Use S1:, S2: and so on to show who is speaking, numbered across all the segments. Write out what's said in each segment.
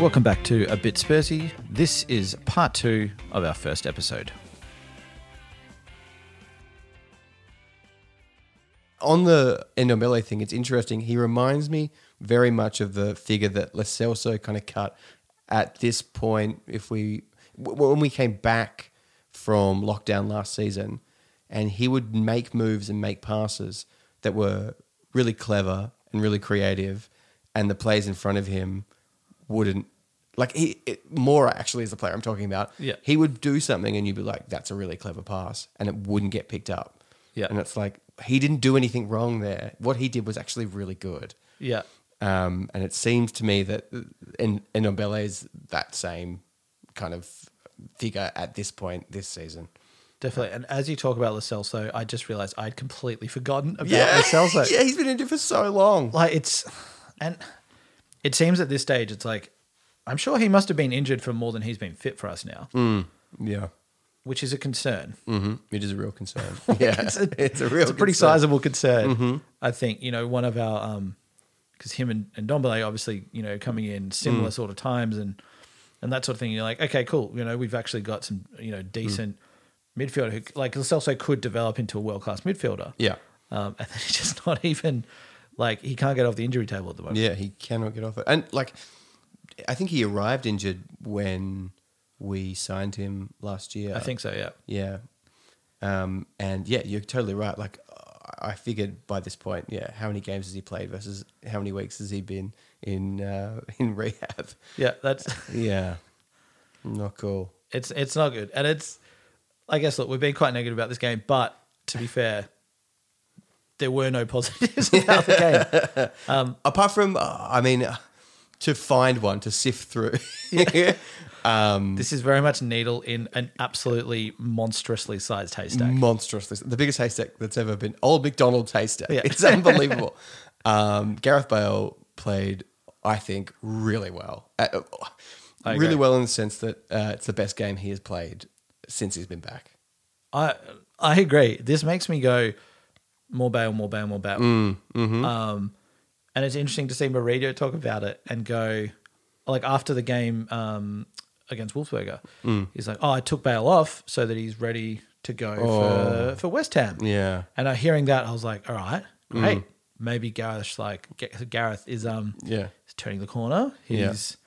S1: Welcome back to A Bit Spursy. This is part two of our first episode.
S2: On the Endombele thing, it's interesting. He reminds me very much of the figure that Lacelso kind of cut at this point. If we w- when we came back from lockdown last season, and he would make moves and make passes that were really clever and really creative, and the players in front of him wouldn't. Like he, it, Mora actually is the player I'm talking about.
S1: Yeah.
S2: he would do something, and you'd be like, "That's a really clever pass," and it wouldn't get picked up.
S1: Yeah.
S2: and it's like he didn't do anything wrong there. What he did was actually really good.
S1: Yeah.
S2: Um, and it seems to me that uh, in Nobele is that same kind of figure at this point this season.
S3: Definitely. And as you talk about Lascelles, though, I just realized I'd completely forgotten about
S2: Yeah,
S3: Lascelles. though.
S2: yeah, he's been in it for so long.
S3: Like it's, and it seems at this stage, it's like, I'm sure he must have been injured for more than he's been fit for us now,
S1: Mm.
S2: Yeah,
S3: which is a concern.
S2: mm-hmm. it is a real concern. yeah, it's a, real,
S3: It's a pretty
S2: concern. Mm-hmm.
S3: sizable concern. I think you know one of our um, because him and, and Dombele obviously you know coming in similar
S2: Mm.
S3: sort of times and and that sort of thing. You're like, okay, cool. You know, we've actually got some you know
S2: Mm.
S3: decent midfielder who like Lacelso could develop into a world class midfielder.
S2: Yeah,
S3: Um, and then he's just not even like he can't get off the injury table at the moment.
S2: yeah, he cannot get off it. And like, I think he arrived injured when we signed him last year.
S3: I think so. Yeah.
S2: Yeah. Um, and yeah, you're totally right. Like, I figured by this point, yeah, how many games has he played versus how many weeks has he been in uh, in rehab?
S3: Yeah. That's
S2: Yeah, not cool.
S3: it's it's not good, and it's I guess look, we've been quite negative about this game, but to be fair. There were no positives about the game.
S2: Apart from, uh, I mean, uh, to find one to sift through.
S3: This is very much needle in an absolutely monstrously sized
S2: Mm.
S3: haystack.
S2: Monstrously, the biggest haystack that's ever been. Old McDonald's haystack.
S3: Yeah.
S2: It's unbelievable. um, Gareth Bale played, I think, really well. Uh,
S3: I
S2: really
S3: agree.
S2: well in the sense that uh, it's the best game he has played since he's been back.
S3: I I agree. This makes me go more bail, more bail, more bail. Um, and it's interesting to see Mourinho talk about it and go like after the game um, against Wolfsburger, he's like, "Oh, I took bail off so that he's ready to go for for West Ham."
S2: Yeah. Mm.
S3: And I hearing that, I was like, "All right, great. Maybe Gareth's like Gareth is um
S2: Yeah.
S3: he's turning the corner. He's
S2: Yeah. Mm-hmm.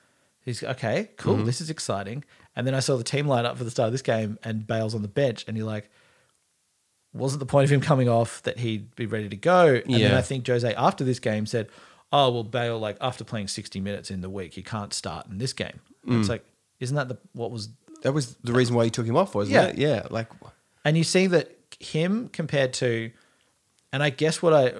S3: he's okay, cool. This is exciting. And then I saw the team line up for the start of this game, and Bale's on the bench, and you're like, wasn't the point of him coming off that he'd be ready to go? And then
S2: Yeah.
S3: I think Jose after this game said, oh well, Bale like after playing 60 minutes in the week, he can't start in this game. And
S2: Mm.
S3: It's like, isn't that the what was?
S2: That was the reason why you took him off, wasn't
S3: Yeah.
S2: it? Yeah. Like,
S3: And you see that him compared to, and I guess what I.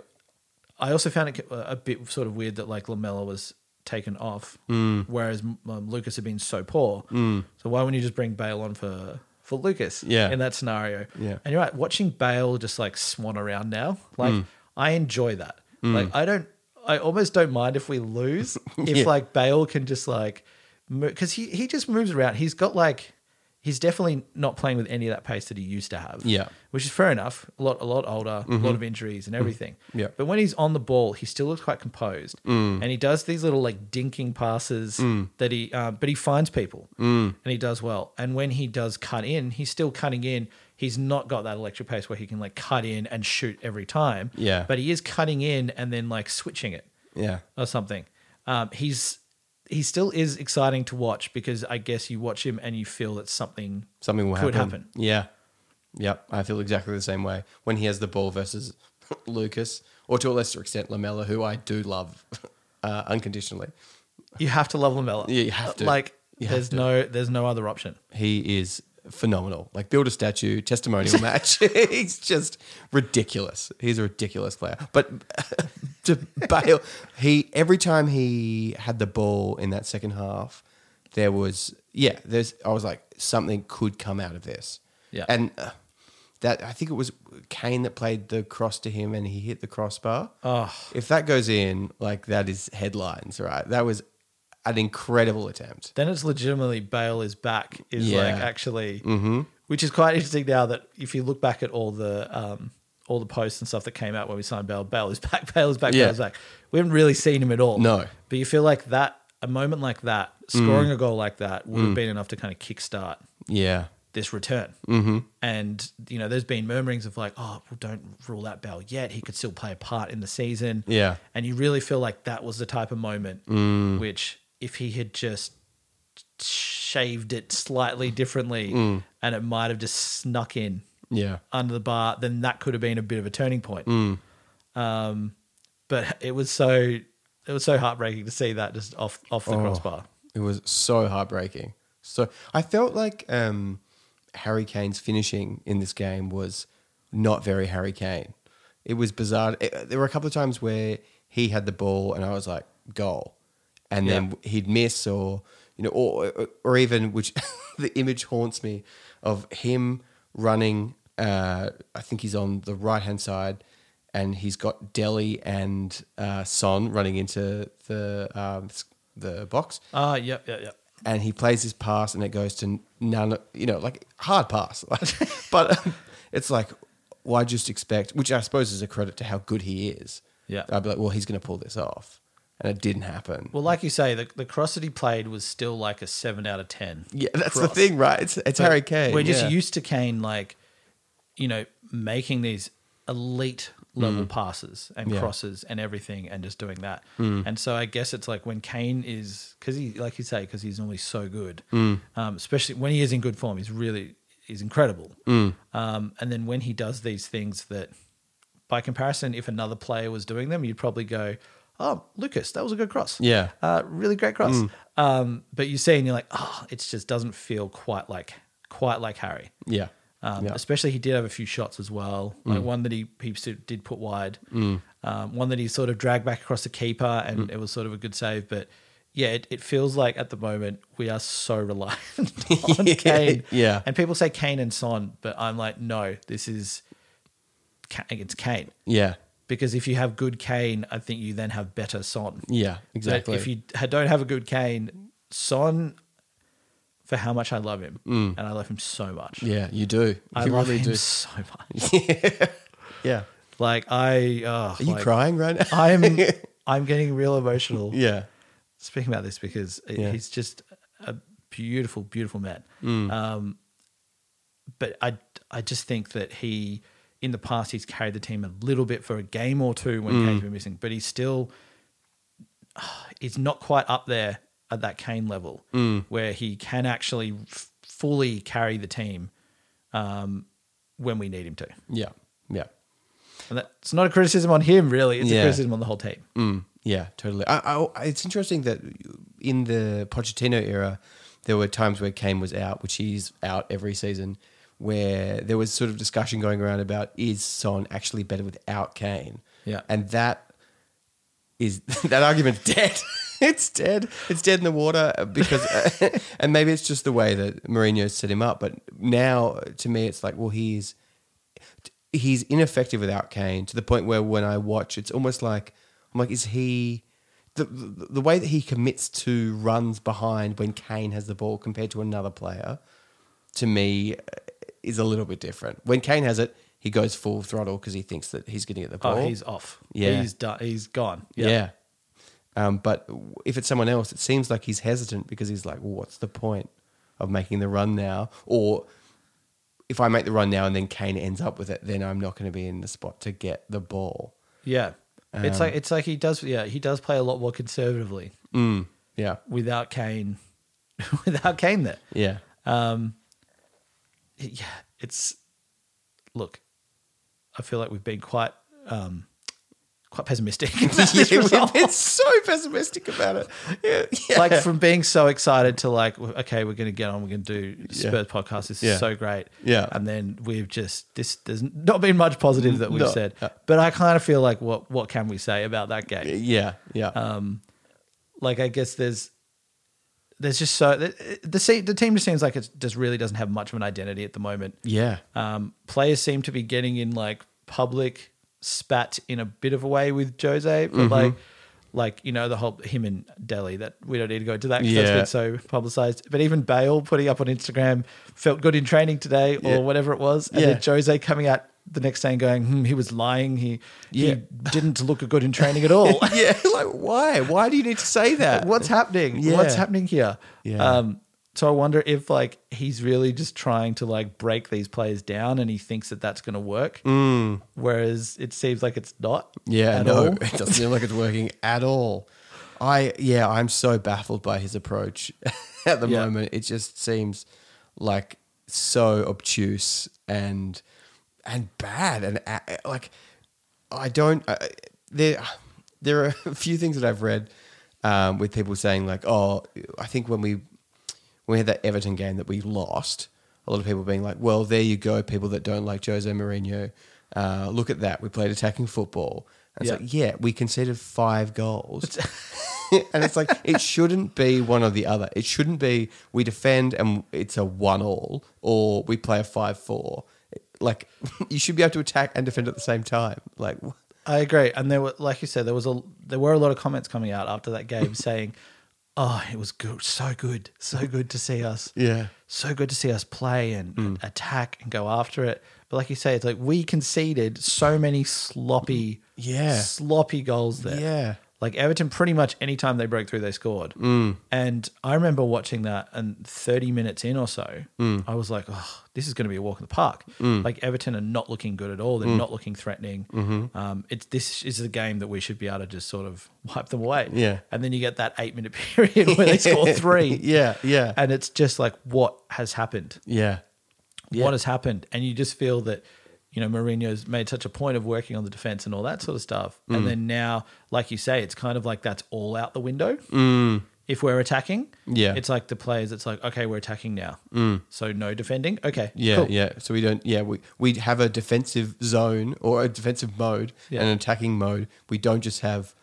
S3: I also found it a bit sort of weird that like Lamella was taken off, whereas um, Lucas had been so poor. So why wouldn't you just bring Bale on for for Lucas?
S2: Yeah.
S3: in that scenario.
S2: Yeah.
S3: and you're right. Watching Bale just like swan around now, like
S2: Mm.
S3: I enjoy that. Like I don't, I almost don't mind if we lose if
S2: Yeah.
S3: like Bale can just like because he he just moves around. He's got like. He's definitely not playing with any of that pace that he used to have
S2: Yeah.
S3: which is fair enough. A lot, a lot older, a lot of injuries and everything.
S2: Mm-hmm. Yeah. Mm.
S3: But when he's on the ball, he still looks quite composed, and he does these little like dinking passes that he, uh, but he finds people
S2: Mm.
S3: and he does well. And when he does cut in, he's still cutting in. He's not got that electric pace where he can like cut in and shoot every time.
S2: Yeah.
S3: But he is cutting in and then like switching it
S2: yeah.
S3: or something. Um, he's he still is exciting to watch because I guess you watch him and you feel that something
S2: Something will
S3: Could happen.
S2: Yeah. Yep. I feel exactly the same way when he has the ball versus Lucas, or to a lesser extent, Lamella, who I do love uh, unconditionally.
S3: You have to love Lamella.
S2: Yeah, you have to.
S3: Like,
S2: You have
S3: there's
S2: to.
S3: no, there's no other option.
S2: He is phenomenal. Like, build a statue, testimonial match. He's just ridiculous. He's a ridiculous player. But to Bale, he, every time he had the ball in that second half, there was, yeah, there's, I was like, something could come out of this.
S3: Yeah.
S2: And uh, that, I think it was Kane that played the cross to him and he hit the crossbar.
S3: Oh.
S2: If that goes in, like, that is headlines, right? That was an incredible attempt.
S3: Then it's legitimately Bale is back. Is
S2: Yeah. Mm-hmm.
S3: like actually, which is quite interesting now that if you look back at all the um, all the posts and stuff that came out when we signed Bale, Bale is back, Bale is back,
S2: Yeah.
S3: Bale is back. We haven't really seen him at all.
S2: No. Mm.
S3: but you feel like that a moment like that, scoring a goal like that, would have been enough to kind of kickstart
S2: Yeah.
S3: this return. Mm-hmm. And you know, there's been murmurings of like, oh, well, don't rule that Bell yet. He could still play a part in the season.
S2: Yeah.
S3: And you really feel like that was the type of moment which, if he had just shaved it slightly differently, and it might have just snuck in
S2: Yeah.
S3: under the bar, then that could have been a bit of a turning point. Um, but it was so it was so heartbreaking to see that just off off the crossbar.
S2: It was so heartbreaking. So I felt like um, Harry Kane's finishing in this game was not very Harry Kane. It was bizarre. It- there were a couple of times where he had the ball and I was like, goal. And then he'd miss or, you know, or, or even, which the image haunts me of him running. Uh, I think he's on the right hand side and he's got Delhi and uh, Son running into the, um, the box
S3: Ah, yep, yep, yep.
S2: and he plays his pass and it goes to none you know like hard pass but um, it's like why just expect which i suppose is a credit to how good he is
S3: Yeah.
S2: i'd be like well he's going to pull this off and it didn't happen
S3: Well, like you say, the, the cross that he played was still like a seven out of ten.
S2: yeah that's the
S3: cross.
S2: thing right it's, it's harry kane
S3: We're just
S2: yeah.
S3: used to Kane like, you know, making these elite level passes and
S2: Mm. Yeah. Mm.
S3: crosses and everything, and just doing that. And so I guess it's like when Kane is because he, like you say, because he's normally so good,
S2: Mm.
S3: um, especially when he is in good form, he's really he's incredible.
S2: Mm.
S3: Um, and then when he does these things that, by comparison, if another player was doing them, you'd probably go. Oh, Lucas, that was a good cross.
S2: Yeah. Mm.
S3: uh, really great cross. Um, but you see, and you're like, oh, it just doesn't feel quite like quite like Harry.
S2: yeah
S3: Um,
S2: yeah. Mm.
S3: Especially he did have a few shots as well, like one that he he sort of did put wide, um, one that he sort of dragged back across the keeper, and
S2: Mm.
S3: it was sort of a good save. But yeah, it, it feels like at the moment we are so reliant on Kane.
S2: Yeah.
S3: and people say Kane and Son, but I'm like, no, this is Ka- it's Kane
S2: yeah
S3: because if you have good Kane, I think you then have better Son.
S2: yeah
S3: But
S2: exactly
S3: If you ha- don't have a good Kane, Son, for how much I love him, and I love him so much.
S2: Mm. yeah you do you
S3: I love him so much.
S2: yeah
S3: like I, uh,
S2: are you crying right now
S3: I'm, I'm getting real emotional
S2: yeah
S3: speaking about this because it-
S2: Yeah. Mm.
S3: he's just a beautiful, beautiful man. Um, but I, I just think that he, in the past, he's carried the team a little bit for a game or two when
S2: Mm.
S3: Kane's been missing, but he's still, he's not quite up there at that Kane level
S2: Mm.
S3: where he can actually f- fully carry the team um, when we need him to.
S2: yeah yeah
S3: And that's not a criticism on him, really. It's a
S2: Yeah.
S3: criticism on the whole team.
S2: Mm, yeah, totally. I, I, I- it's interesting that in the Pochettino era, there were times where Kane was out, which he's out every season, where there was sort of discussion going around about is Son actually better without Kane?
S3: Yeah.
S2: and that is that argument's dead. it's dead. It's dead in the water because, and maybe it's just the way that Mourinho set him up. But now, to me, it's like, well, he's he's ineffective without Kane to the point where when I watch, it's almost like I'm like, is he the the, the way that he commits to runs behind when Kane has the ball compared to another player? To me, uh, is a little bit different. When Kane has it, he goes full throttle because he thinks that he's going to get the ball.
S3: Oh, he's off.
S2: Yeah.
S3: He's done. He's gone.
S2: Yeah. Um, but w- if it's someone else, it seems like he's hesitant because he's like, well, what's the point of making the run now? Or if I make the run now and then Kane ends up with it, then I'm not going to be in the spot to get the ball.
S3: Yeah. it's
S2: Um,
S3: like it's like he does yeah, he does play a lot more conservatively
S2: Hmm. Yeah.
S3: without Kane without Kane there.
S2: Yeah.
S3: Yeah. It's look, I feel like we've been quite um quite pessimistic. about this
S2: yeah
S3: result.
S2: we've been so pessimistic about it. Yeah. yeah.
S3: Like from being so excited to like, okay, we're going to get on, we're going to do Spurs podcast. This
S2: Yeah.
S3: is so great,
S2: Yeah.
S3: And then we've just this. There's not been much positive that we've
S2: No. Uh.
S3: said, but I kind of feel like what what can we say about that game?
S2: yeah. Um, Yeah.
S3: like I guess there's there's just so the the, se- the team just seems like it just really doesn't have much of an identity at the moment.
S2: yeah.
S3: Um, players seem to be getting in like public spat in a bit of a way with Jose, but
S2: Mm-hmm.
S3: like like you know the whole him and Delhi that we don't need to go into that because
S2: Yeah.
S3: that's been so publicized. But even Bale putting up on Instagram felt good in training today or
S2: Yeah.
S3: whatever it was, and
S2: Yeah.
S3: then Jose coming out the next day and going, hmm, he was lying. He
S2: Yeah.
S3: he didn't look good in training at all.
S2: yeah, like why? Why do you need to say that?
S3: What's happening?
S2: Yeah.
S3: What's happening here?
S2: Yeah.
S3: Um, so I wonder if like he's really just trying to like break these players down, and he thinks that that's going to work. Whereas it seems like it's not.
S2: Mm. Yeah,
S3: at
S2: no,
S3: all.
S2: it doesn't seem like it's working at all. I yeah, I'm so baffled by his approach at the
S3: Yeah.
S2: moment. It just seems like so obtuse and and bad and a- like I don't I, there there are a few things that I've read um, with people saying like, oh, I think when we we had that Everton game that we lost. A lot of people being like, "Well, there you go, people that don't like Jose Mourinho. Uh, look at that. We played attacking football." And
S3: Yeah.
S2: It's like, yeah, we conceded five goals, and it's like it shouldn't be one or the other. It shouldn't be we defend and it's a one all, or we play a five four. Like you should be able to attack and defend at the same time. Like wh-
S3: I agree, and there were, like you said, there was a there were a lot of comments coming out after that game saying, "Oh, it was good, so good, so good to see us,
S2: Yeah.
S3: so good to see us play and,
S2: Mm.
S3: and attack and go after it." But like you say, it's like we conceded so many sloppy,
S2: Yeah.
S3: sloppy goals there.
S2: Yeah.
S3: like Everton, pretty much any time they broke through, they scored. Mm. And I remember watching that, and thirty minutes in or so,
S2: Mm.
S3: I was like, "Oh, this is going to be a walk in the park." Like Everton are not looking good at all.
S2: Mm.
S3: They're not looking threatening.
S2: Mm-hmm.
S3: Um, it's this is the game that we should be able to just sort of wipe them away.
S2: Yeah.
S3: and then you get that eight minute period where they score three.
S2: yeah, yeah,
S3: and it's just like what has happened
S2: yeah,
S3: what has happened, and you just feel that you know Mourinho's made such a point of working on the defense and all that sort of stuff,
S2: Mm.
S3: and then now, like you say, it's kind of like that's all out the window. If we're attacking,
S2: Mm. Yeah. Mm.
S3: it's like the players. It's like okay, we're attacking now, so no defending. Okay,
S2: Yeah,
S3: cool.
S2: yeah. So we don't. Yeah, we we have a defensive zone or a defensive mode
S3: Yeah.
S2: and an attacking mode. We don't just have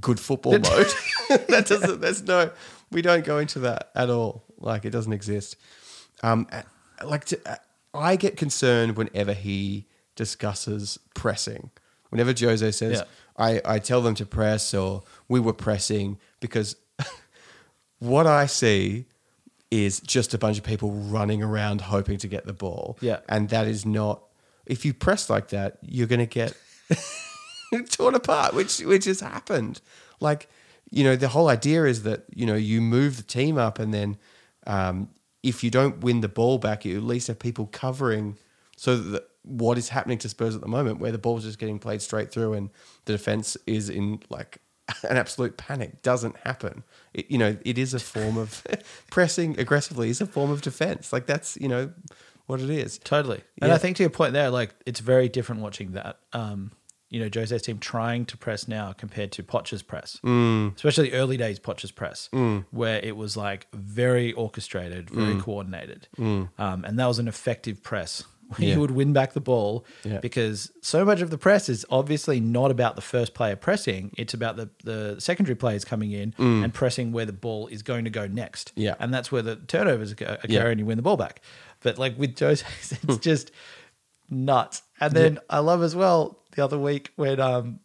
S2: good football mode. that doesn't. There's no. We don't go into that at all. Like it doesn't exist. Um, a- like to, uh, I get concerned whenever he discusses pressing. Whenever Jose says,
S3: Yeah.
S2: I, "I tell them to press," or "We were pressing," because what I see is just a bunch of people running around hoping to get the ball.
S3: Yeah.
S2: And that is not if you press like that, you're gonna get torn apart, which which has happened. Like, you know, the whole idea is that, you know, you move the team up and then um, if you don't win the ball back, you at least have people covering so that what is happening to Spurs at the moment, where the ball's just getting played straight through and the defense is in like an absolute panic, doesn't happen. It, you know, it is a form of pressing aggressively is a form of defense. Like that's, you know, what it is.
S3: Totally. And
S2: Yeah.
S3: I think to your point there, like it's very different watching that. Um, you know, Jose's team trying to press now compared to Potch's press, mm. especially the early days Potch's press,
S2: Mm.
S3: where it was like very orchestrated, very coordinated. Um, and that was an effective press. where
S2: Mm. Yeah.
S3: You would win back the ball
S2: Yeah.
S3: because so much of the press is obviously not about the first player pressing. It's about the, the secondary players coming in
S2: Mm.
S3: and pressing where the ball is going to go next.
S2: Yeah.
S3: And that's where the turnovers occur, occur
S2: Yeah. Hmm.
S3: and you win the ball back. But like with Jose, it's just nuts. And then I love as well the other week when um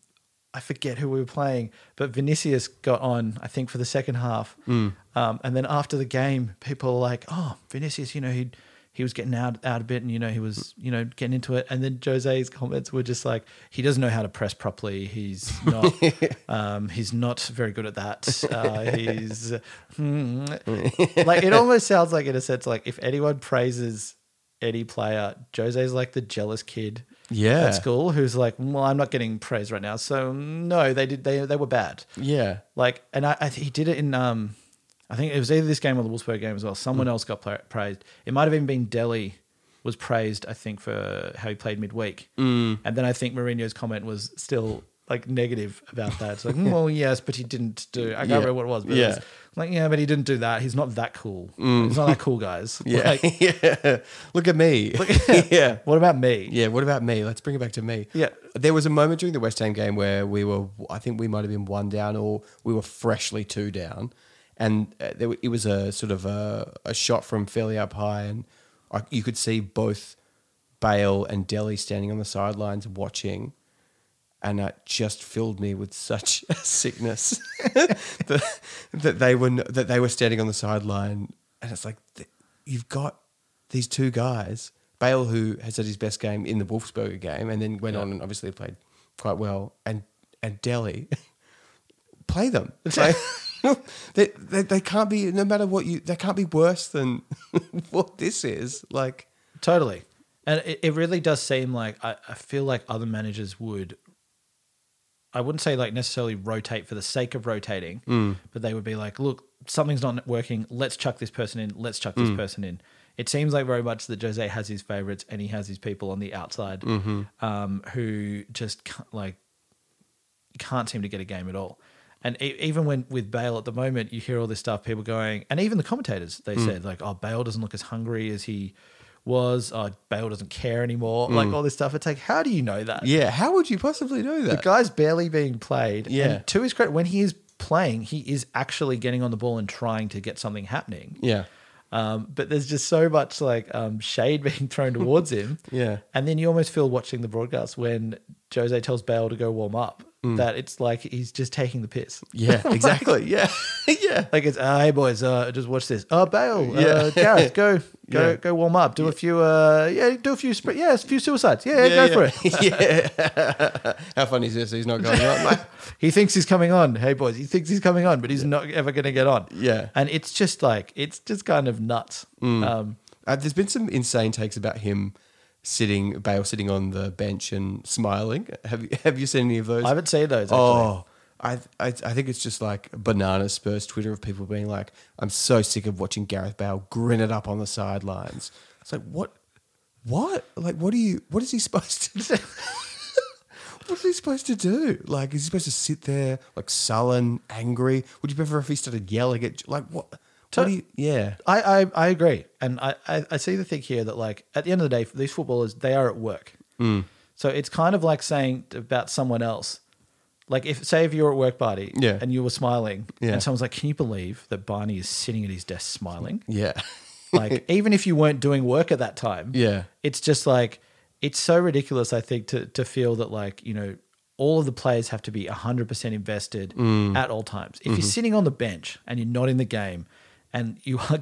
S3: I forget who we were playing, but Vinicius got on, I think, for the second half.
S2: Hmm.
S3: Um, and then after the game, people were like, oh, Vinicius, you know, he he was getting out, out a bit and, you know, he was, you know, getting into it. And then Jose's comments were just like, he doesn't know how to press properly. He's not, um, he's not very good at that. Uh, he's, hmm. like, it almost sounds like, in a sense, like if anyone praises any player, Jose's like the jealous kid
S2: Yeah.
S3: at school who's like, well, I'm not getting praise right now. So no, they did. They they were bad.
S2: Yeah.
S3: Like, and I, I he did it in um, I think it was either this game or the Wolfsburg game as well.
S2: Mm.
S3: Someone else got pla praised. It might have even been Delhi was praised. I think for how he played midweek. Mm. And then I think Mourinho's comment was still like negative about that. It's like, well, yes, but he didn't do. I can't
S2: Yeah.
S3: remember what it was. But it
S2: Yeah. Mm.
S3: was like, yeah, but he didn't do that. He's not that cool. He's not that cool, guys.
S2: Yeah.
S3: Like,
S2: yeah. Look at me. yeah.
S3: what about me?
S2: Yeah. What about me? Let's bring it back to me.
S3: Yeah.
S2: There was a moment during the West Ham game where we were, I think we might have been one down or we were freshly two down. And uh, there, were- it was a sort of a, a shot from fairly up high. And I, you could see both Bale and Delhi standing on the sidelines watching. And it just filled me with such sickness that, that they were n- that they were standing on the sideline, and it's like th- you've got these two guys Bale, who has had his best game in the Wolfsburger game, and then went on and obviously played quite well, and and Delhi, play them. Play- they, they they can't be no matter what you they can't be worse than what this is like.
S3: Totally. And it, it really does seem like I, I feel like other managers would I wouldn't say like necessarily rotate for the sake of rotating, but they would be like, look, something's not working. Let's chuck this person in. Let's chuck this person in. It seems like very much that Jose has his favorites and he has his people on the outside um, who just can't, like can't seem to get a game at all. And e- even when with Bale at the moment, you hear all this stuff, people going, and even the commentators, they said like, "Oh, Bale doesn't look as hungry as he was. Oh, Bale doesn't care anymore." Like all this stuff. It's like, how do you know that?
S2: Yeah, how would you possibly know
S3: The
S2: that?
S3: guy's barely being played.
S2: Yeah.
S3: And to his credit, when he is playing, he is actually getting on the ball and trying to get something happening.
S2: yeah,
S3: Um, but there's just so much like um, shade being thrown towards him.
S2: Yeah.
S3: And then you almost feel watching the broadcast when Jose tells Bale to go warm up that it's like he's just taking the piss.
S2: Mm. yeah, exactly. Yeah, yeah.
S3: Like it's "Ah, hey boys, uh, just watch this. Oh Bale, uh,
S2: Yeah.
S3: Gareth, go go
S2: Yeah.
S3: go warm up. Do a few uh yeah do a few sp- yeah a few suicides. Yeah, go for it.
S2: yeah. How funny is this? He's not going up. mate.
S3: He thinks he's coming on. Hey boys, he thinks he's coming on, but he's not ever going to get on.
S2: Yeah.
S3: And it's just like it's just kind of nuts. Um,
S2: Uh, there's been some insane takes about him sitting, Bale sitting on the bench and smiling. Have you have you seen any of those?
S3: I haven't seen those. Actually.
S2: Oh, I, I I think it's just like banana spurs Twitter of people being like, "I'm so sick of watching Gareth Bale grin it up on the sidelines." It's like what, what? Like what are you? What is he supposed to? do? What is he supposed to do? Like, is he supposed to sit there like sullen, angry? Would you prefer if he started yelling at like what? what do you, yeah,
S3: I, I, I agree. And I, I, I see the thing here that, like, at the end of the day, these footballers, they are at work.
S2: Mm.
S3: So it's kind of like saying about someone else. Like, if, say, if you were at work party
S2: Yeah.
S3: and you were smiling,
S2: Yeah.
S3: and someone's like, Can you believe that Barney is sitting at his desk smiling?
S2: yeah,
S3: like, even if you weren't doing work at that time,
S2: Yeah.
S3: it's just like, it's so ridiculous, I think, to, to feel that, like, you know, all of the players have to be 100% invested
S2: Mm.
S3: at all times. If you're
S2: Mm-hmm.
S3: sitting on the bench and you're not in the game and you are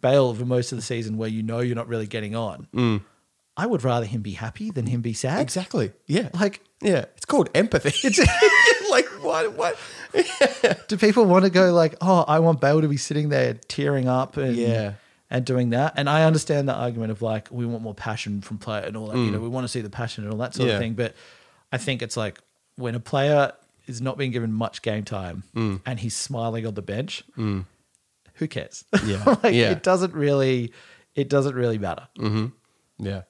S3: bail for most of the season where you know you're not really getting on, I would rather him be happy than him be sad.
S2: Mm. exactly, yeah,
S3: Like,
S2: yeah. It's called empathy. It's like what, what?
S3: do people want to go like, oh, I want Bale to be sitting there tearing up and
S2: Yeah.
S3: and doing that? And I understand the argument of like we want more passion from player and all that. You know, we want to see the passion and all that sort
S2: Mm. Yeah.
S3: of thing. But I think it's like when a player is not being given much game time
S2: Mm.
S3: and he's smiling on the bench, who cares?
S2: Yeah.
S3: like
S2: Yeah. Mm.
S3: it doesn't really, it doesn't really matter.
S2: Yeah,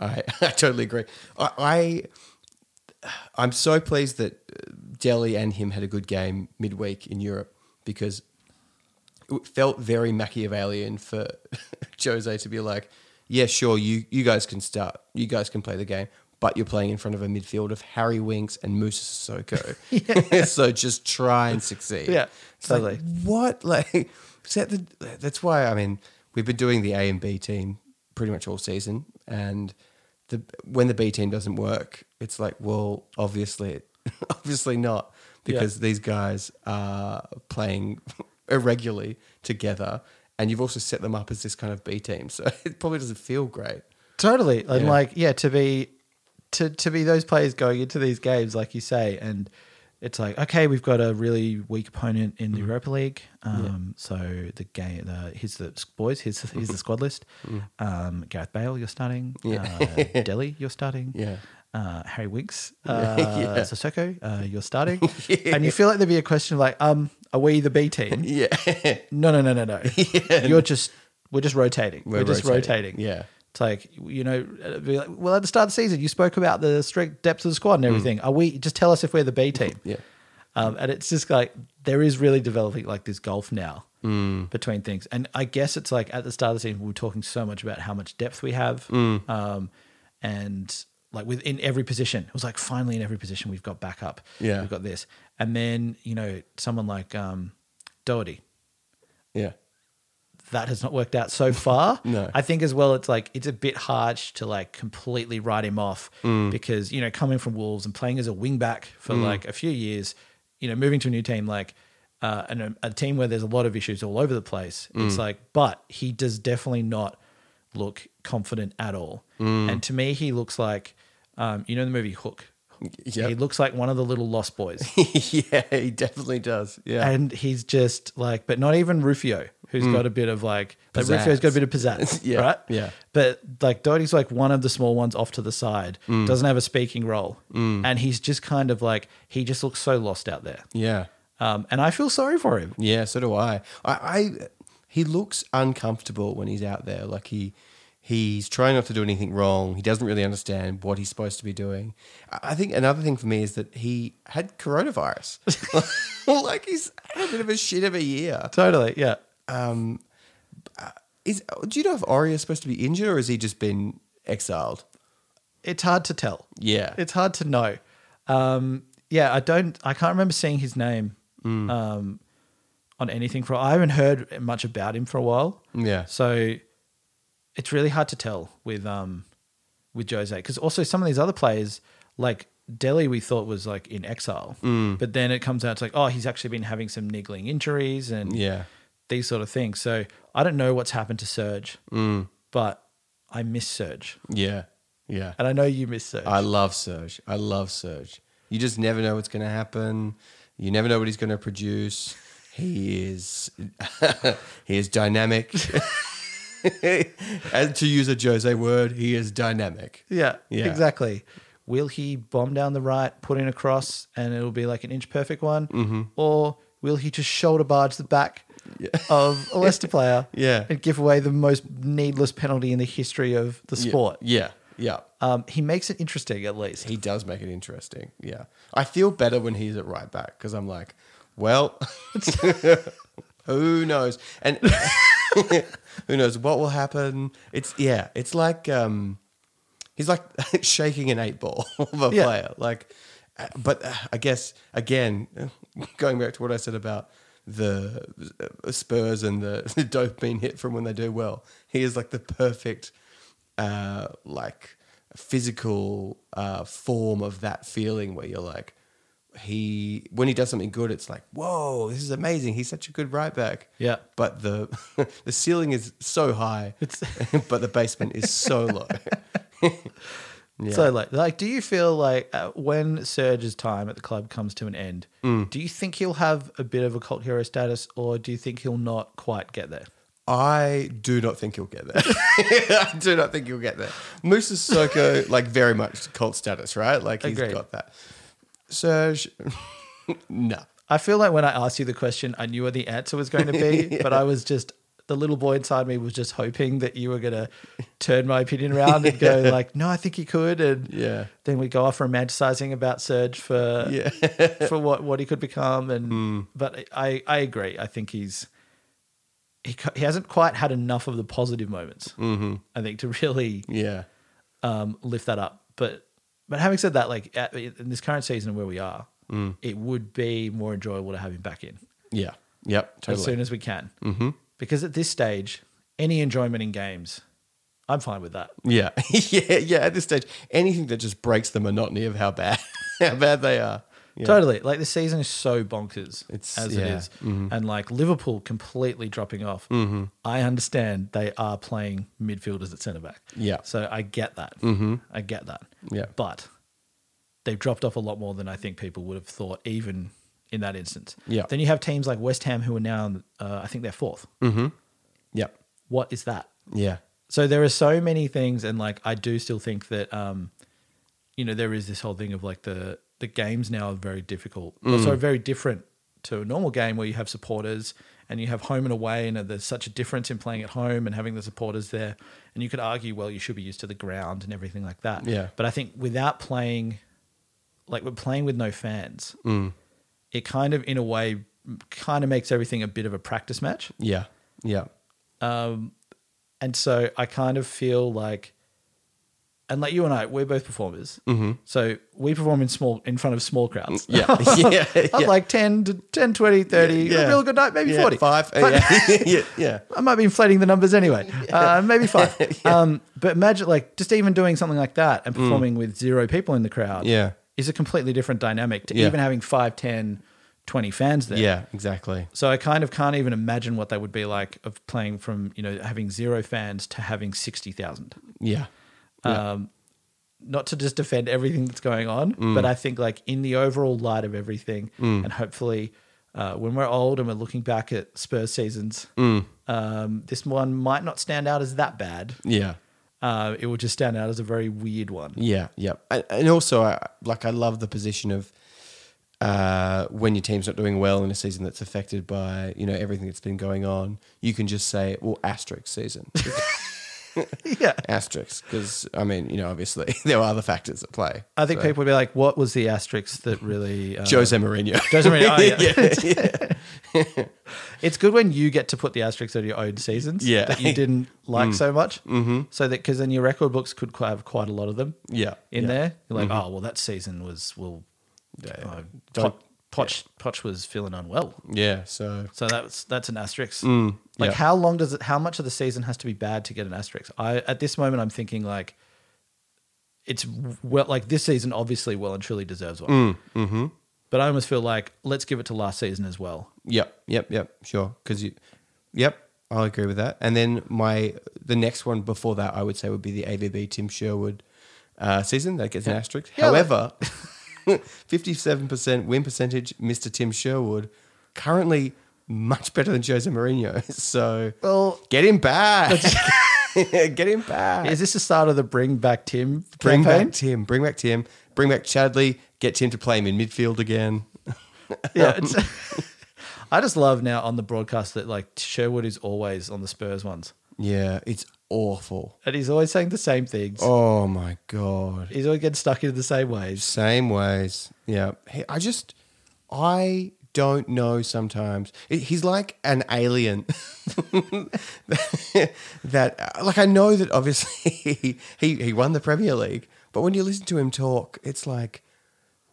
S2: I I totally agree. I, I I'm so pleased that uh, Delhi and him had a good game midweek in Europe because it felt very Machiavellian for Jose to be like, yeah, sure, you you guys can start, you guys can play the game. But you're playing in front of a midfield of Harry Winks and Musa Sissoko, so just try and succeed.
S3: Yeah,
S2: It's like,
S3: totally.
S2: what like is that the, that's why I mean we've been doing the A and B team pretty much all season, and the when the B team doesn't work, it's like well obviously obviously not because these guys are playing irregularly together, and you've also set them up as this kind of B team, so it probably doesn't feel great.
S3: Totally. And
S2: Yeah.
S3: like, yeah, to be to to be those players going into these games, like you say, and it's like, okay, we've got a really weak opponent in the
S2: Mm-hmm.
S3: Europa League. Um, so the game, the here's the boys, here's here's the squad list.
S2: Mm.
S3: Um, Gareth Bale, you're starting. Uh, Delhi, you're starting.
S2: Yeah.
S3: Uh, Harry Winks, uh, Sissoko, uh, you're starting, and you feel like there'd be a question of like, um, are we the B team?
S2: Yeah,
S3: No, no, no, no, no. You're just we're just rotating. We're,
S2: We're
S3: just rotating.
S2: rotating, yeah.
S3: It's like you know, it'd be like, well, at the start of the season, you spoke about the strength, depth of the squad, and everything. Are we just tell us if we're the B team?
S2: Mm. yeah,
S3: Um, and it's just like there is really developing like this gulf now
S2: Mm.
S3: between things. And I guess it's like at the start of the season, we were talking so much about how much depth we have,
S2: Mm.
S3: um, and like within every position, it was like finally in every position we've got backup.
S2: Yeah.
S3: we've got this, and then you know someone like um, Doherty
S2: yeah,
S3: that has not worked out so far.
S2: No.
S3: I think as well, it's like it's a bit harsh to like completely write him off
S2: Mm.
S3: because you know coming from Wolves and playing as a wing back for like a few years, you know, moving to a new team like uh,
S2: Mm.
S3: and a, a team where there's a lot of issues all over the place. It's like, but he does definitely not look confident at all.
S2: Mm.
S3: And to me, he looks like, um, you know, the movie Hook.
S2: Yep.
S3: He looks like one of the little Lost Boys.
S2: yeah, he definitely does. Yeah. Mm.
S3: and he's just like, but not even Rufio, who's got a bit of like, like
S2: Pizzazz.
S3: Rufio's got a bit of pizzazz,
S2: Yeah,
S3: right?
S2: yeah.
S3: But like Doty's like one of the small ones off to the side,
S2: Mm.
S3: doesn't have a speaking role, and he's just kind of like he just looks so lost out there.
S2: yeah.
S3: Um, and I feel sorry for him.
S2: Yeah, so do I. I, I he looks uncomfortable when he's out there. Like he he's trying not to do anything wrong. He doesn't really understand what he's supposed to be doing. I I think another thing for me is that he had coronavirus. like he's had a bit of a shit of a year.
S3: Totally, yeah.
S2: Is do you know if Oria's supposed to be injured or has he just been exiled?
S3: It's hard to tell.
S2: Yeah.
S3: it's hard to know. Um, yeah, I don't. I can't remember seeing his name
S2: Mm.
S3: um, on anything for. I haven't heard much about him for a while.
S2: Yeah.
S3: So it's really hard to tell with um, with Jose because also some of these other players like Delhi we thought was like in exile,
S2: Mm.
S3: but then it comes out it's like oh he's actually been having some niggling injuries and
S2: Yeah.
S3: these sort of things. So I don't know what's happened to Serge,
S2: Mm.
S3: but I miss Serge,
S2: Yeah. Yeah.
S3: and I know you miss Serge.
S2: I love Serge. I love Serge. You just never know what's going to happen. You never know what he's going to produce. He is he is dynamic. and to use a Jose word, he is dynamic.
S3: Yeah,
S2: Yeah.
S3: exactly. Will he bomb down the right, put in a cross, and it'll be like an inch perfect one?
S2: Mm-hmm.
S3: Or will he just shoulder barge the back of a Leicester player
S2: Yeah.
S3: and give away the most needless penalty in the history of the sport?
S2: Yeah. Yeah.
S3: Um, he makes it interesting, at least.
S2: He does make it interesting. Yeah. I feel better when he's at right back because I'm like, well, who knows? And who knows what will happen? It's, yeah, it's like, um, he's like shaking an eight ball of a
S3: Yeah.
S2: player. Like, uh, but uh, I guess, again, going back to what I said about the uh, Spurs and the, the dopamine hit from when they do well, he is like the perfect, uh, like, physical uh, form of that feeling where you're like, he when he does something good, it's like, whoa, this is amazing. He's such a good right back.
S3: Yeah.
S2: But the the ceiling is so high,
S3: It's-
S2: but the basement is so low.
S3: So, like, like, do you feel like uh, when Serge's time at the club comes to an end,
S2: Mm.
S3: do you think he'll have a bit of a cult hero status, or do you think he'll not quite get there?
S2: I do not think you'll get there. I do not think you'll get there. Musa Soko, like very much cult status, right? Like he's
S3: Agreed.
S2: got that. Serge, no.
S3: I feel like when I asked you the question, I knew what the answer was going to be, but I was just the little boy inside me was just hoping that you were going to turn my opinion around and go like, "No, I think he could," and
S2: Yeah.
S3: then we go off romanticizing about Serge for
S2: Yeah. Hmm.
S3: for what what he could become, and but I I agree. I think he's he co- he hasn't quite had enough of the positive moments. Mm-hmm. I think to really
S2: Yeah.
S3: um, lift that up. But but having said that, like at, in this current season where we are, it would be more enjoyable to have him back in
S2: Yeah. Yep.
S3: as
S2: Totally.
S3: soon as we can. Mm-hmm. Because at this stage, any enjoyment in games, I'm fine with that.
S2: Yeah. yeah. Yeah. At this stage, anything that just breaks the monotony of how bad how bad they are. Yeah.
S3: Totally. Like the season is so bonkers
S2: It's-
S3: as it
S2: yeah. Mm-hmm.
S3: is. And like Liverpool completely dropping off. I understand they are playing midfielders at centre back.
S2: Yeah. Mm-hmm.
S3: So I get that. I get that.
S2: Yeah.
S3: But they've dropped off a lot more than I think people would have thought, even in that instance.
S2: Yeah.
S3: Then you have teams like West Ham who are now, uh, I think they're 4th
S2: Mm. Yep.
S3: What is that?
S2: Yeah.
S3: so there are so many things and like i do still think that um you know there is this whole thing of like the the games now are very difficult also very different to a normal game where you have supporters and you have home and away and there's such a difference in playing at home and having the supporters there and you could argue well you should be used to the ground and everything like that
S2: Yeah.
S3: but i think without playing like we're playing with no fans it kind of in a way kind of makes everything a bit of a practice match
S2: Yeah. Yeah.
S3: and so I kind of feel like, and like you and I, we're both performers. Mm-hmm. So we perform in small, in front of small crowds.
S2: Mm, Yeah. yeah.
S3: Of like 10 to 10, 20, 30, a real good night, maybe
S2: Yeah.
S3: 40.
S2: Five. Yeah. yeah. Yeah.
S3: I might be inflating the numbers anyway. Uh, maybe five. um, but imagine like just even doing something like that and performing with zero people in the crowd
S2: Mm. Yeah.
S3: is a completely different dynamic to
S2: Yeah.
S3: even having 5, 10, 20 fans there.
S2: Yeah, exactly.
S3: So I kind of can't even imagine what that would be like of playing from, you know, having zero fans to having 60,000.
S2: Yeah.
S3: Um, not to just defend everything that's going on, but I think like in the overall light of everything, and hopefully uh, when we're old and we're looking back at Spurs seasons, um, this one might not stand out as that bad.
S2: Yeah.
S3: Uh, it will just stand out as a very weird one.
S2: Yeah, yeah, and, and also I like I love the position of uh, when your team's not doing well in a season that's affected by you know everything that's been going on, you can just say, "Well, asterisk season,
S3: yeah.
S2: asterisk," because I mean, you know, obviously there are other factors at play.
S3: I think
S2: So,
S3: people would be like, what was the asterisk that really. Uh,
S2: Jose Mourinho.
S3: Jose Mourinho, oh, yeah.
S2: yeah,
S3: It's good when you get to put the asterisks on your own seasons
S2: Yeah. Mm.
S3: that you didn't like so much. Mm-hmm. So that because then your record books could qu- have quite a lot of them
S2: yeah,
S3: in
S2: yeah. Mm-hmm.
S3: there. You're like, oh well, that season was well, uh, Pot,
S2: Don't-
S3: Poch Poch was feeling unwell,
S2: Yeah, so
S3: so that's that's an asterisk. Like
S2: Mm. yeah.
S3: how long does it? How much of the season has to be bad to get an asterisk? I at this moment I'm thinking like. It's well, like this season obviously well and truly deserves one.
S2: mm-hmm.
S3: But I almost feel like let's give it to last season as well.
S2: Yep, yep, yep. Sure, because you. Yep, I'll agree with that. And then my the next one before that, I would say would be the AVB Tim Sherwood uh, season that gets an asterisk.
S3: Yeah, like-
S2: However, fifty-seven percent win percentage, Mister Tim Sherwood, currently much better than Jose Mourinho. So
S3: Well-
S2: get him back. get him back.
S3: Is this the start of the bring back Tim
S2: bring
S3: campaign?
S2: back Tim. Bring back Tim. Bring back Chadley. Get Tim to play him in midfield again.
S3: yeah, it's, I just love now on the broadcast that like Sherwood is always on the Spurs ones,
S2: Yeah, it's awful.
S3: and he's always saying the same things.
S2: Oh my god.
S3: He's always getting stuck into the same ways.
S2: Same ways. Yeah. He- I just, I don't know sometimes. He- He's like an alien. that, like, I know that obviously he, he, he won the Premier League, but when you listen to him talk, it's like,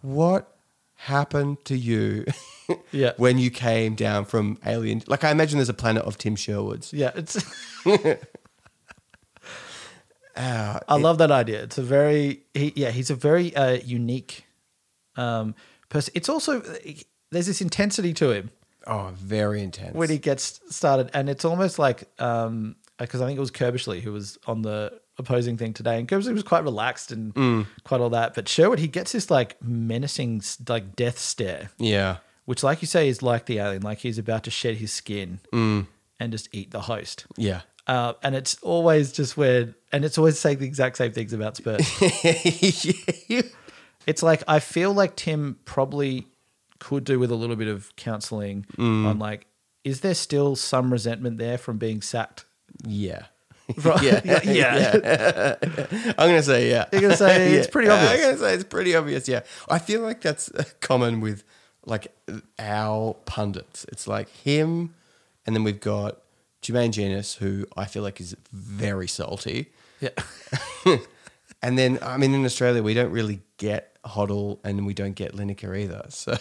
S2: what happened to you
S3: Yeah.
S2: when you came down from Alien? Like, I imagine there's a planet of Tim Sherwoods.
S3: Yeah, it's.
S2: Uh,
S3: I love that idea. It's a very he, yeah. He's a very uh, unique um, person. It's also there's this intensity to him.
S2: Oh, very intense.
S3: when he gets started, and it's almost like um because I think it was Kerbishley who was on the opposing thing today, and Kerbishley was quite relaxed and quite all that, but Sherwood he gets this like menacing s- like death stare,
S2: yeah.
S3: which like you say is like the alien, like he's about to shed his skin and just eat the host.
S2: Yeah.
S3: Uh, and it's always just weird, and it's always saying the exact same things about Spurs. It's like I feel like Tim probably could do with a little bit of counseling on like, is there still some resentment there from being sacked?
S2: yeah.
S3: Right?
S2: Yeah.
S3: yeah, yeah.
S2: I'm gonna say yeah.
S3: You're gonna say it's pretty obvious.
S2: I'm gonna say it's pretty obvious. Yeah, I feel like that's uh, common with like our pundits. It's like him, and then we've got Jermaine Genus, who I feel like is very salty.
S3: Yeah.
S2: And then I mean, in Australia, we don't really get Hoddle, and we don't get Lineker either. So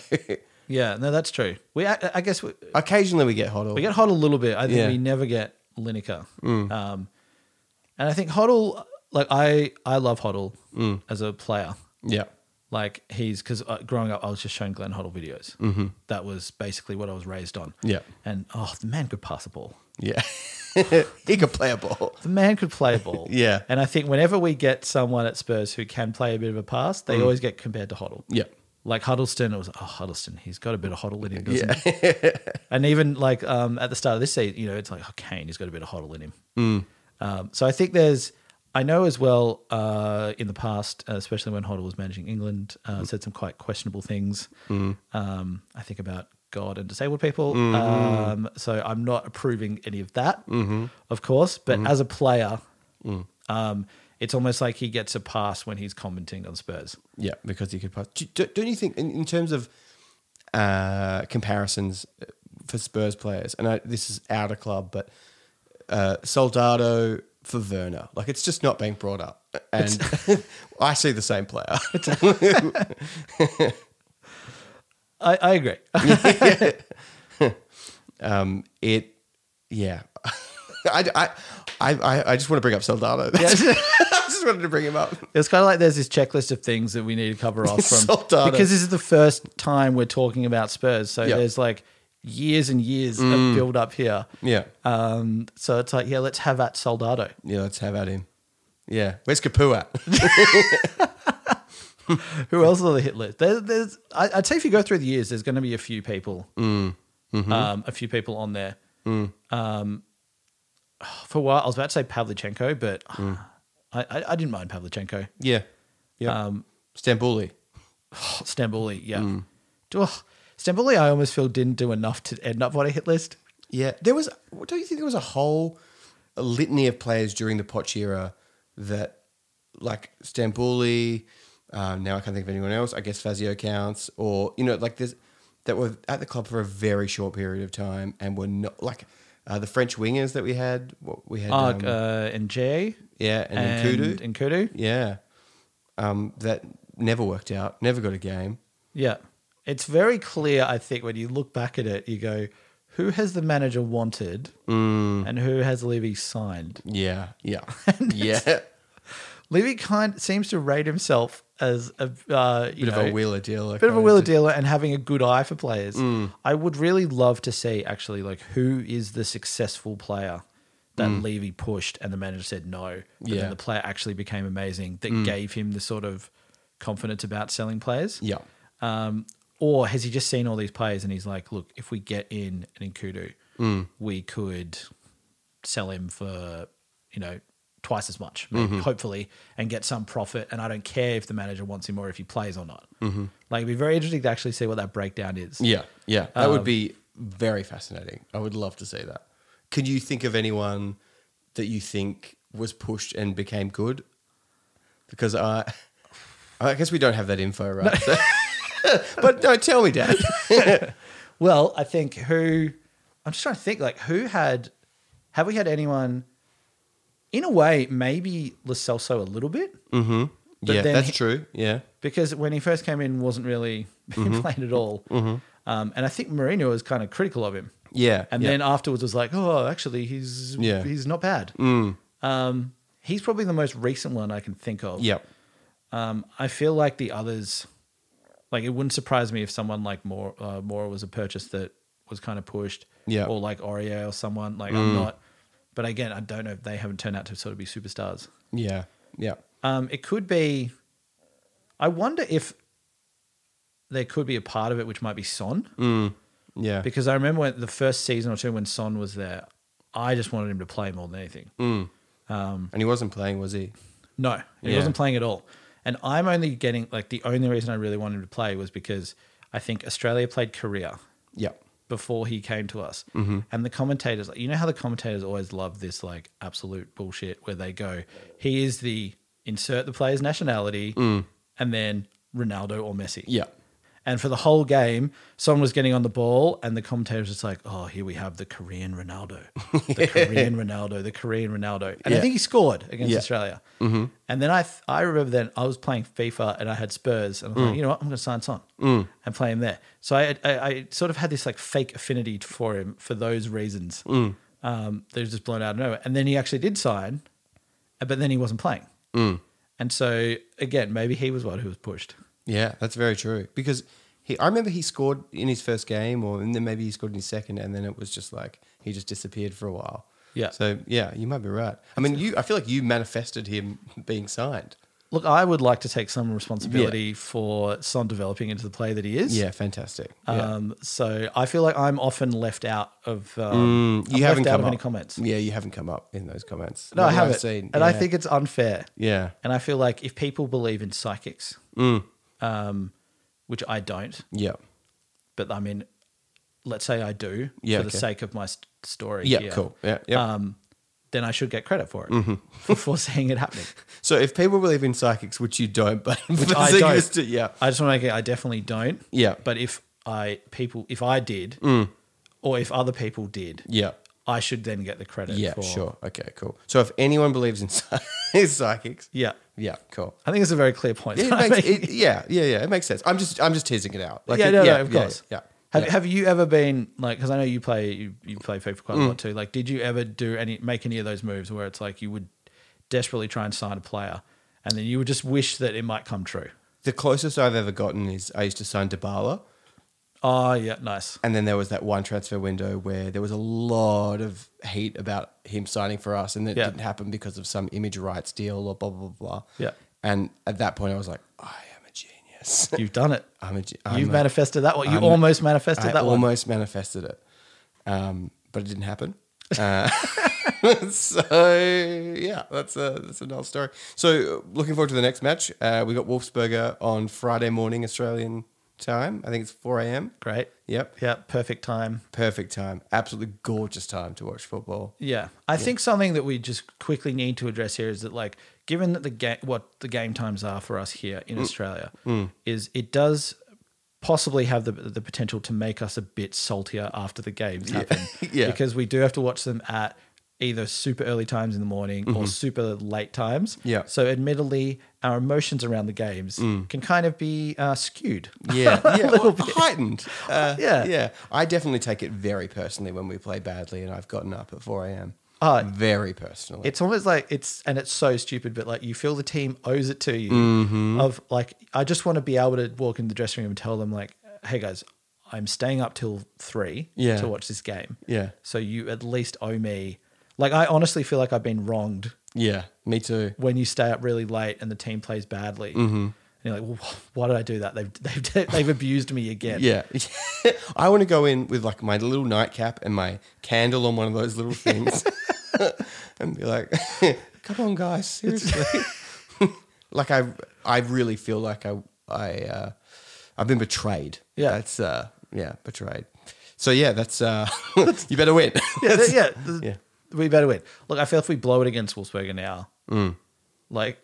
S3: Yeah, No, that's true. We, I, I guess, we,
S2: occasionally we get Hoddle.
S3: we get Hoddle a little bit. I think
S2: Yeah. Mm.
S3: we never get Lineker. Um, and I think Hoddle, like I, I love Hoddle
S2: Mm.
S3: as a player.
S2: yeah,
S3: Like he's because uh, growing up, I was just shown Glenn Hoddle videos. That was basically what I was raised on.
S2: Mm-hmm. Yeah.
S3: And oh, the man could pass a ball.
S2: yeah. he could play a ball.
S3: The man could play ball.
S2: Yeah.
S3: And I think whenever we get someone at Spurs who can play a bit of a pass,
S2: Mm.
S3: they always get compared to Hoddle.
S2: Yeah,
S3: Like Huddleston, it was, oh, Huddleston, he's got a bit of Hoddle in him, doesn't
S2: yeah,
S3: he? And even like um, at the start of this season, you know, it's like, oh, Kane, he's got a bit of Hoddle in him. Um, so I think there's, I know as well uh, in the past, uh, especially when Hoddle was managing England, uh, said some quite questionable things. Um, I think about God and disabled people. Um, so I'm not approving any of that, of course. But as a player, um, it's almost like he gets a pass when he's commenting on Spurs.
S2: yeah. Because he could pass. Do- do- Don't you think, in, in terms of uh, comparisons uh, for Spurs players, and I, this is out of club, but uh, Soldado for Werner, like it's just not being brought up, and I see the same player.
S3: I, I agree.
S2: um, it, yeah. I, I, I, I- I just want to bring up Soldado. That's, just wanted to bring him up.
S3: It's kind of like there's this checklist of things that we need to cover off from
S2: Soldado.
S3: because this is the first time we're talking about Spurs, so
S2: Yeah.
S3: there's like years and years of build up here.
S2: Yeah.
S3: Um, so it's like, yeah, let's have at Soldado.
S2: Yeah, let's have at him. Yeah. Where's Kapu at?
S3: Who else is on the hit list? There, there's, I, I'd say if you go through the years, there's going to be a few people, um, a few people on there. Um, for a while, I was about to say Pavlichenko, but I, I, I didn't mind Pavlichenko.
S2: yeah. Yeah. Um, Stambouli.
S3: Stamboli, yeah. Do- ugh, Stamboli, I almost feel didn't do enough to end up on a hit list.
S2: Yeah. There was, don't you think there was a whole litany of players during the Poch era that, like Stambouli, um, now I can't think of anyone else. I guess Fazio counts, or, you know, like this, that were at the club for a very short period of time and were not, like, uh, the French wingers that we had, what we had,
S3: Uh,
S2: um,
S3: uh, and Jay
S2: yeah, and, Kudu,
S3: and Kudu,
S2: yeah, um, that never worked out, never got a game.
S3: yeah. It's very clear, I think, when you look back at it, you go, who has the manager wanted
S2: Mm.
S3: and who has Levy signed?
S2: Yeah, yeah, yeah.
S3: Levy kind seems to rate himself as a uh, you
S2: Bit
S3: know,
S2: of a wheeler dealer.
S3: bit of a
S2: kind
S3: wheeler dealer and having a good eye for players.
S2: Mm.
S3: I would really love to see actually like who is the successful player that Levy pushed and the manager said no. But
S2: Mm. Yeah. Mm.
S3: then the player actually became amazing that gave him the sort of confidence about selling players.
S2: Yeah,
S3: Um, or has he just seen all these players and he's like, look, if we get in an Nkudu, we could sell him for, you know, twice as much, maybe, hopefully, and get some profit. And I don't care if the manager wants him or if he plays or not. Like, it'd be very interesting to actually see what that breakdown is.
S2: yeah, yeah. That
S3: Um,
S2: would be very fascinating. I would love to see that. Can you think of anyone that you think was pushed and became good? Because I, I guess we don't have that info, right? but no, tell me, Dad.
S3: Well, I think who, I'm just trying to think, like, who had, have we had anyone, in a way, maybe Lacelso a little bit? But
S2: yeah,
S3: then
S2: that's
S3: he-
S2: true. Yeah,
S3: because when he first came in, wasn't really being
S2: Mm-hmm.
S3: played at all. Um, and I think Mourinho was kind of critical of him,
S2: yeah,
S3: and
S2: yeah.
S3: then afterwards was like, "Oh, actually, he's
S2: Yeah. Mm.
S3: he's not bad." Um, he's probably the most recent one I can think of.
S2: yeah,
S3: Um, I feel like the others, like it wouldn't surprise me if someone like Mora, uh, Mora was a purchase that was kind of pushed,
S2: Yeah. Mm.
S3: or like Aurier or someone. Like I'm not, but again, I don't know if they haven't turned out to sort of be superstars.
S2: yeah, yeah.
S3: Um, it could be. I wonder if there could be a part of it which might be Son,
S2: Yeah.
S3: because I remember when the first season or two when Son was there, I just wanted him to play more than anything.
S2: and he wasn't playing, was he?
S3: No, he
S2: Yeah.
S3: wasn't playing at all, and I'm only getting like the only reason I really wanted him to play was because I think Australia played Korea
S2: Yeah.
S3: before he came to us, and the commentators, like you know how the commentators always love this like absolute bullshit where they go, he is the insert the player's nationality, and then Ronaldo or Messi.
S2: Yeah.
S3: And for the whole game, someone was getting on the ball, and the commentator was just like, "Oh, here we have the Korean Ronaldo, the Korean Ronaldo, the Korean Ronaldo." And I
S2: Yeah.
S3: think he scored against
S2: Yeah. Mm-hmm.
S3: Australia. And then I, th- I remember then I was playing FIFA and I had Spurs, and I was
S2: Mm.
S3: like, "You know what? I'm going to sign Son and play him there." So I, I, I sort of had this like fake affinity for him for those reasons.
S2: Mm.
S3: Um, they was just blown out of nowhere, and then he actually did sign, but then he wasn't playing.
S2: Mm.
S3: And so again, maybe he was one who was pushed.
S2: Yeah, that's very true. Because he, I remember he scored in his first game, or and then maybe he scored in his second, and then it was just like he just disappeared for a while.
S3: Yeah.
S2: So yeah, you might be right. I mean, you, I feel like you manifested him being signed.
S3: Look, I would like to take some responsibility for Son developing into the player that he is.
S2: Yeah, fantastic. Yeah.
S3: Um, So I feel like I'm often left out of. Um, I'm
S2: Mm, you haven't
S3: left out
S2: come
S3: of
S2: up.
S3: any comments.
S2: Yeah, you haven't come up in those comments.
S3: No, I
S2: Not that I've
S3: haven't.
S2: seen.
S3: And I
S2: Yeah.
S3: think it's unfair.
S2: Yeah.
S3: And I feel like if people believe in psychics,
S2: Mm.
S3: um, which I don't,
S2: Yeah.
S3: but I mean, let's say I do
S2: Yeah,
S3: for the
S2: okay.
S3: sake of my st- story.
S2: Yeah.
S3: here,
S2: Cool. Yeah. Yeah. Mm-hmm.
S3: Um, then I should get credit for it for, for seeing it happening.
S2: so if people believe in psychics, which you don't, but which
S3: I don't.
S2: yeah.
S3: I just want to make it. I definitely don't.
S2: Yeah. Mm.
S3: But if I people, if I did, or if other people did,
S2: Yeah.
S3: I should then get the credit.
S2: Yeah.
S3: for,
S2: Sure. Okay. Cool. So if anyone believes in psy- psychics,
S3: Yeah.
S2: yeah. Cool.
S3: I think it's a very clear point.
S2: Yeah,
S3: that I
S2: it makes,
S3: make.
S2: it, yeah, yeah, yeah. It makes sense. I'm just, I'm just teasing it out. Like,
S3: yeah,
S2: it-
S3: no, no, of
S2: yeah,
S3: course.
S2: Yeah,
S3: Have,
S2: yeah.
S3: have you ever been like? Because I know you
S2: Mm.
S3: play you, you play FIFA quite a lot too. Like, did you ever do any make any of those moves where it's like you would desperately try and sign a player, and then you would just wish that it might come true.
S2: The closest I've ever gotten is I used to sign Dybala,
S3: Oh yeah, nice.
S2: and then there was that one transfer window where there was a lot of heat about him signing for us, and it
S3: Yeah.
S2: didn't happen because of some image rights deal or blah blah blah. blah.
S3: Yeah.
S2: And at that point, I was like, I am a genius.
S3: You've done it.
S2: I'm a. ge-
S3: You've
S2: I'm a-
S3: manifested that one. You
S2: I'm-
S3: almost manifested
S2: I
S3: that one.
S2: almost manifested it, um, but it didn't happen. Uh, so yeah, that's a that's another story. So uh, looking forward to the next match. Uh, we got Wolfsburger on Friday morning Australian time. I think it's four a.m.
S3: Great.
S2: Yep,
S3: Yeah, perfect time.
S2: perfect time. Absolutely gorgeous time to watch football.
S3: Yeah, I think something that we just quickly need to address here is that, like, given that the game, what the game times are for us here
S2: Mm.
S3: in Australia, is it does possibly have the the potential to make us a bit saltier after the games happen,
S2: Yeah.
S3: because we do have to watch them at either super early times in the morning or super late times.
S2: Mm-hmm. Yeah. Mm.
S3: So, admittedly, our emotions around the games can kind of be uh, skewed.
S2: Yeah,
S3: a
S2: yeah,
S3: little
S2: well,
S3: bit.
S2: heightened. Uh,
S3: Yeah.
S2: yeah. I definitely take it very personally when we play badly, and I've gotten up at four a.m.
S3: Uh,
S2: very personally.
S3: It's almost like it's and it's so stupid, but like you feel the team owes it to you
S2: Mm-hmm.
S3: of like I just want to be able to walk in the dressing room and tell them like, hey guys, I'm staying up till three
S2: Yeah.
S3: to watch this game.
S2: Yeah.
S3: So you at least owe me like I honestly feel like I've been wronged
S2: yeah, me too.
S3: when you stay up really late and the team plays badly.
S2: Mm-hmm.
S3: And you're like, well, why did I do that? They've they've they've abused me again.
S2: Yeah. I want to go in with like my little nightcap and my candle on one of those little things and be like, come on, guys, seriously. like, I, I really feel like I, I, uh, I've been betrayed.
S3: Yeah.
S2: That's, uh, yeah, betrayed. So, yeah, that's, uh, you better win.
S3: yeah, th- yeah,
S2: Yeah.
S3: th- We better win. Look, I feel if we blow it against Wolfsburger now,
S2: Mm.
S3: like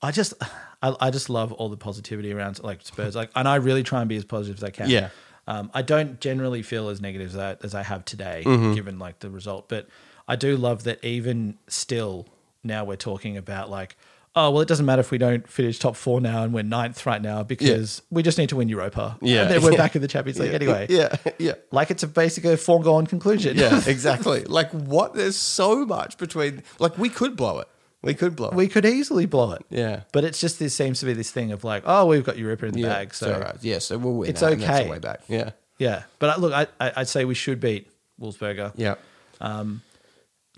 S3: I just, I, I just love all the positivity around like Spurs. Like, and I really try and be as positive as I can.
S2: Yeah.
S3: Um, I don't generally feel as negative as I, as I have today,
S2: Mm-hmm.
S3: given like the result. But I do love that even still, now we're talking about like, oh well, it doesn't matter if we don't finish top four now and we're ninth right now because we just need to win Europa.
S2: Yeah.
S3: and then we're
S2: Yeah.
S3: back in the Champions League anyway.
S2: Yeah. Yeah.
S3: Like it's a basically a foregone conclusion.
S2: Yeah, exactly. like, what? There's so much between, like, we could blow it. We could blow it.
S3: we could easily blow it.
S2: Yeah.
S3: But it's just this seems to be this thing of like, oh, we've got Europa in the
S2: yeah,
S3: bag. So
S2: it's all right. Yeah, so we'll win.
S3: It's
S2: that, and that's
S3: okay.
S2: the way back. Yeah.
S3: yeah. But I, look, I, I, I'd say we should beat Wolfsburger.
S2: Yeah.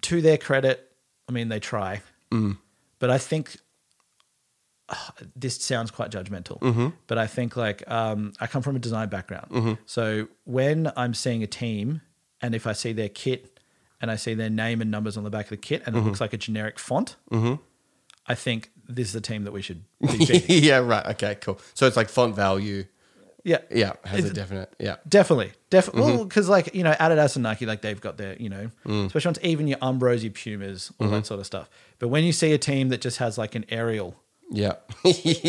S3: To their credit, I mean they try,
S2: Mm.
S3: but I think this sounds quite judgmental.
S2: Mm-hmm.
S3: But I think like um, I come from a design background, so when I'm seeing a team and if I see their kit and I see their name and numbers on the back of the kit and
S2: Mm-hmm.
S3: it looks like a generic font, I think this is the team that we should be beating.
S2: yeah, right. Okay, cool. So it's like font value.
S3: yeah.
S2: Yeah, has a
S3: It's-
S2: definite. Yeah.
S3: Definitely,
S2: Mm-hmm.
S3: definitely. because like you know, Adidas and Nike, like they've got their you know,
S2: Mm.
S3: especially on even your Umbros, your Pumas, all
S2: Mm-hmm.
S3: that sort of stuff. But when you see a team that just has like an aerial
S2: Yeah.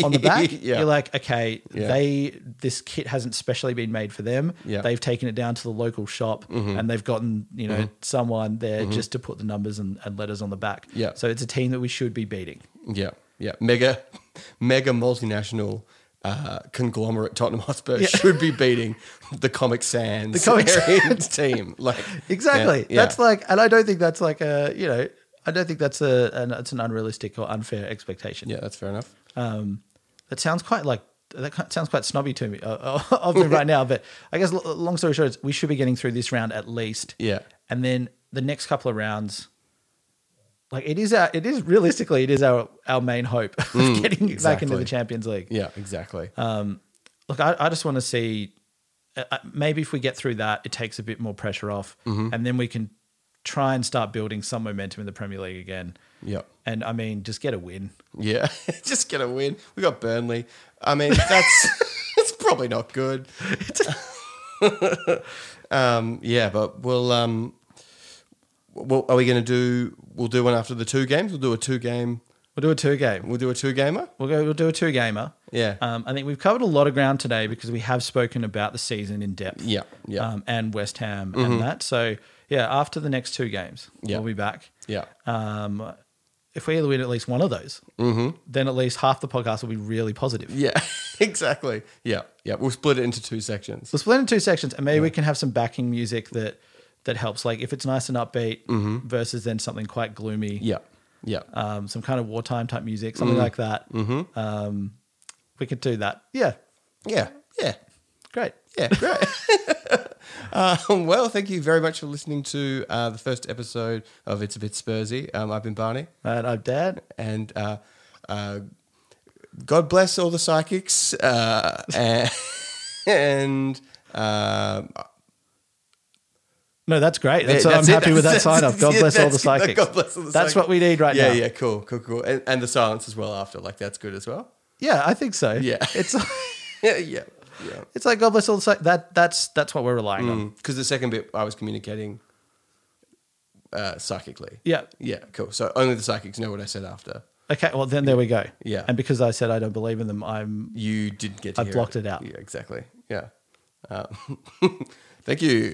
S3: on the back,
S2: yeah.
S3: you're like, okay,
S2: Yeah.
S3: they this kit hasn't specially been made for them.
S2: Yeah. Mm-hmm.
S3: They've taken it down to the local shop and they've gotten you know someone there just to put the numbers and, and letters on the back.
S2: Yeah.
S3: So it's a team that we should be beating.
S2: yeah. Yeah. Mega, mega multinational uh, conglomerate Tottenham Hotspur should be beating the Comic Sans the
S3: Comic
S2: team. Like
S3: Exactly.
S2: yeah, yeah.
S3: That's like, and I don't think that's like a you know. I don't think that's a an, it's an unrealistic or unfair expectation.
S2: yeah. That's fair enough.
S3: that sounds quite like that ki- sounds quite snobby to me uh, uh, of me right now. But I guess l- long story short, is we should be getting through this round at least.
S2: Yeah.
S3: and then the next couple of rounds, like it is our it is realistically it is our our main hope of getting back into
S2: Mm, exactly.
S3: the Champions League.
S2: Yeah. Exactly.
S3: Uh, Look, I, I just want to see uh, uh, maybe if we get through that, it takes a bit more pressure off,
S2: Mm-hmm.
S3: and then we can try and start building some momentum in the Premier League again.
S2: yeah.
S3: And I mean, just get a win.
S2: Yeah. Just get a win. We got Burnley. I mean, that's it's probably not good. um, yeah, but we'll um well are we gonna do we'll do one after the two games? We'll do a two game
S3: We'll do a two game.
S2: we'll do a two gamer?
S3: We'll go. We'll do a two gamer.
S2: Yeah.
S3: Um, I think we've covered a lot of ground today because we have spoken about the season in depth.
S2: Yeah, yeah. Mm-hmm.
S3: Um, and West Ham and that. So yeah, after the next two games,
S2: Yeah.
S3: we'll be back.
S2: yeah.
S3: Um, if we either win at least one of those, then at least half the podcast will be really positive.
S2: Mm-hmm. Yeah. exactly. Yeah. Yeah. We'll split it into two sections.
S3: We'll split it in two sections, and maybe we can have some backing music that that helps. Like if it's nice and upbeat versus then something quite gloomy.
S2: Mm-hmm. Yeah. Mm. Yeah.
S3: um, some kind of wartime type music, something like that. Mm-hmm. Um, we could do that. Yeah,
S2: yeah. Yeah.
S3: great.
S2: Yeah. Great. um, well, thank you very much for listening to uh, the first episode of It's a Bit Spursy. Um, I've been Barney.
S3: And I'm Dad.
S2: and uh, uh, God bless all the psychics. Uh, and and um,
S3: No, that's great. That's,
S2: yeah,
S3: I'm
S2: it.
S3: happy with that
S2: That's-
S3: sign off. God
S2: yeah,
S3: bless all the
S2: that's- no,
S3: psychics.
S2: God bless all the
S3: that's
S2: psychics.
S3: what we need right
S2: yeah,
S3: now.
S2: Yeah, cool, cool, cool. And, and the silence as well after, like that's good as well.
S3: Yeah, I think so.
S2: Yeah.
S3: it's
S2: yeah, yeah, yeah.
S3: it's like God bless all the psych- that that's that's what we're relying on.
S2: Because the second bit I was communicating uh, psychically.
S3: Yeah.
S2: Yeah, cool. So only the psychics know what I said after.
S3: Okay. Well, then there we go.
S2: Yeah.
S3: And because I said I don't believe in them, I'm
S2: You didn't get. To
S3: I
S2: hear
S3: blocked it out.
S2: Yeah, exactly. Yeah. Uh, thank you.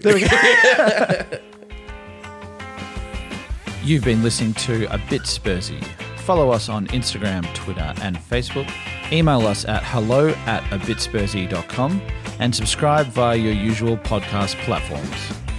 S1: You've been listening to A Bit Spursy. Follow us on Instagram, Twitter, and Facebook. Email us at hello at abitspursy.com and subscribe via your usual podcast platforms.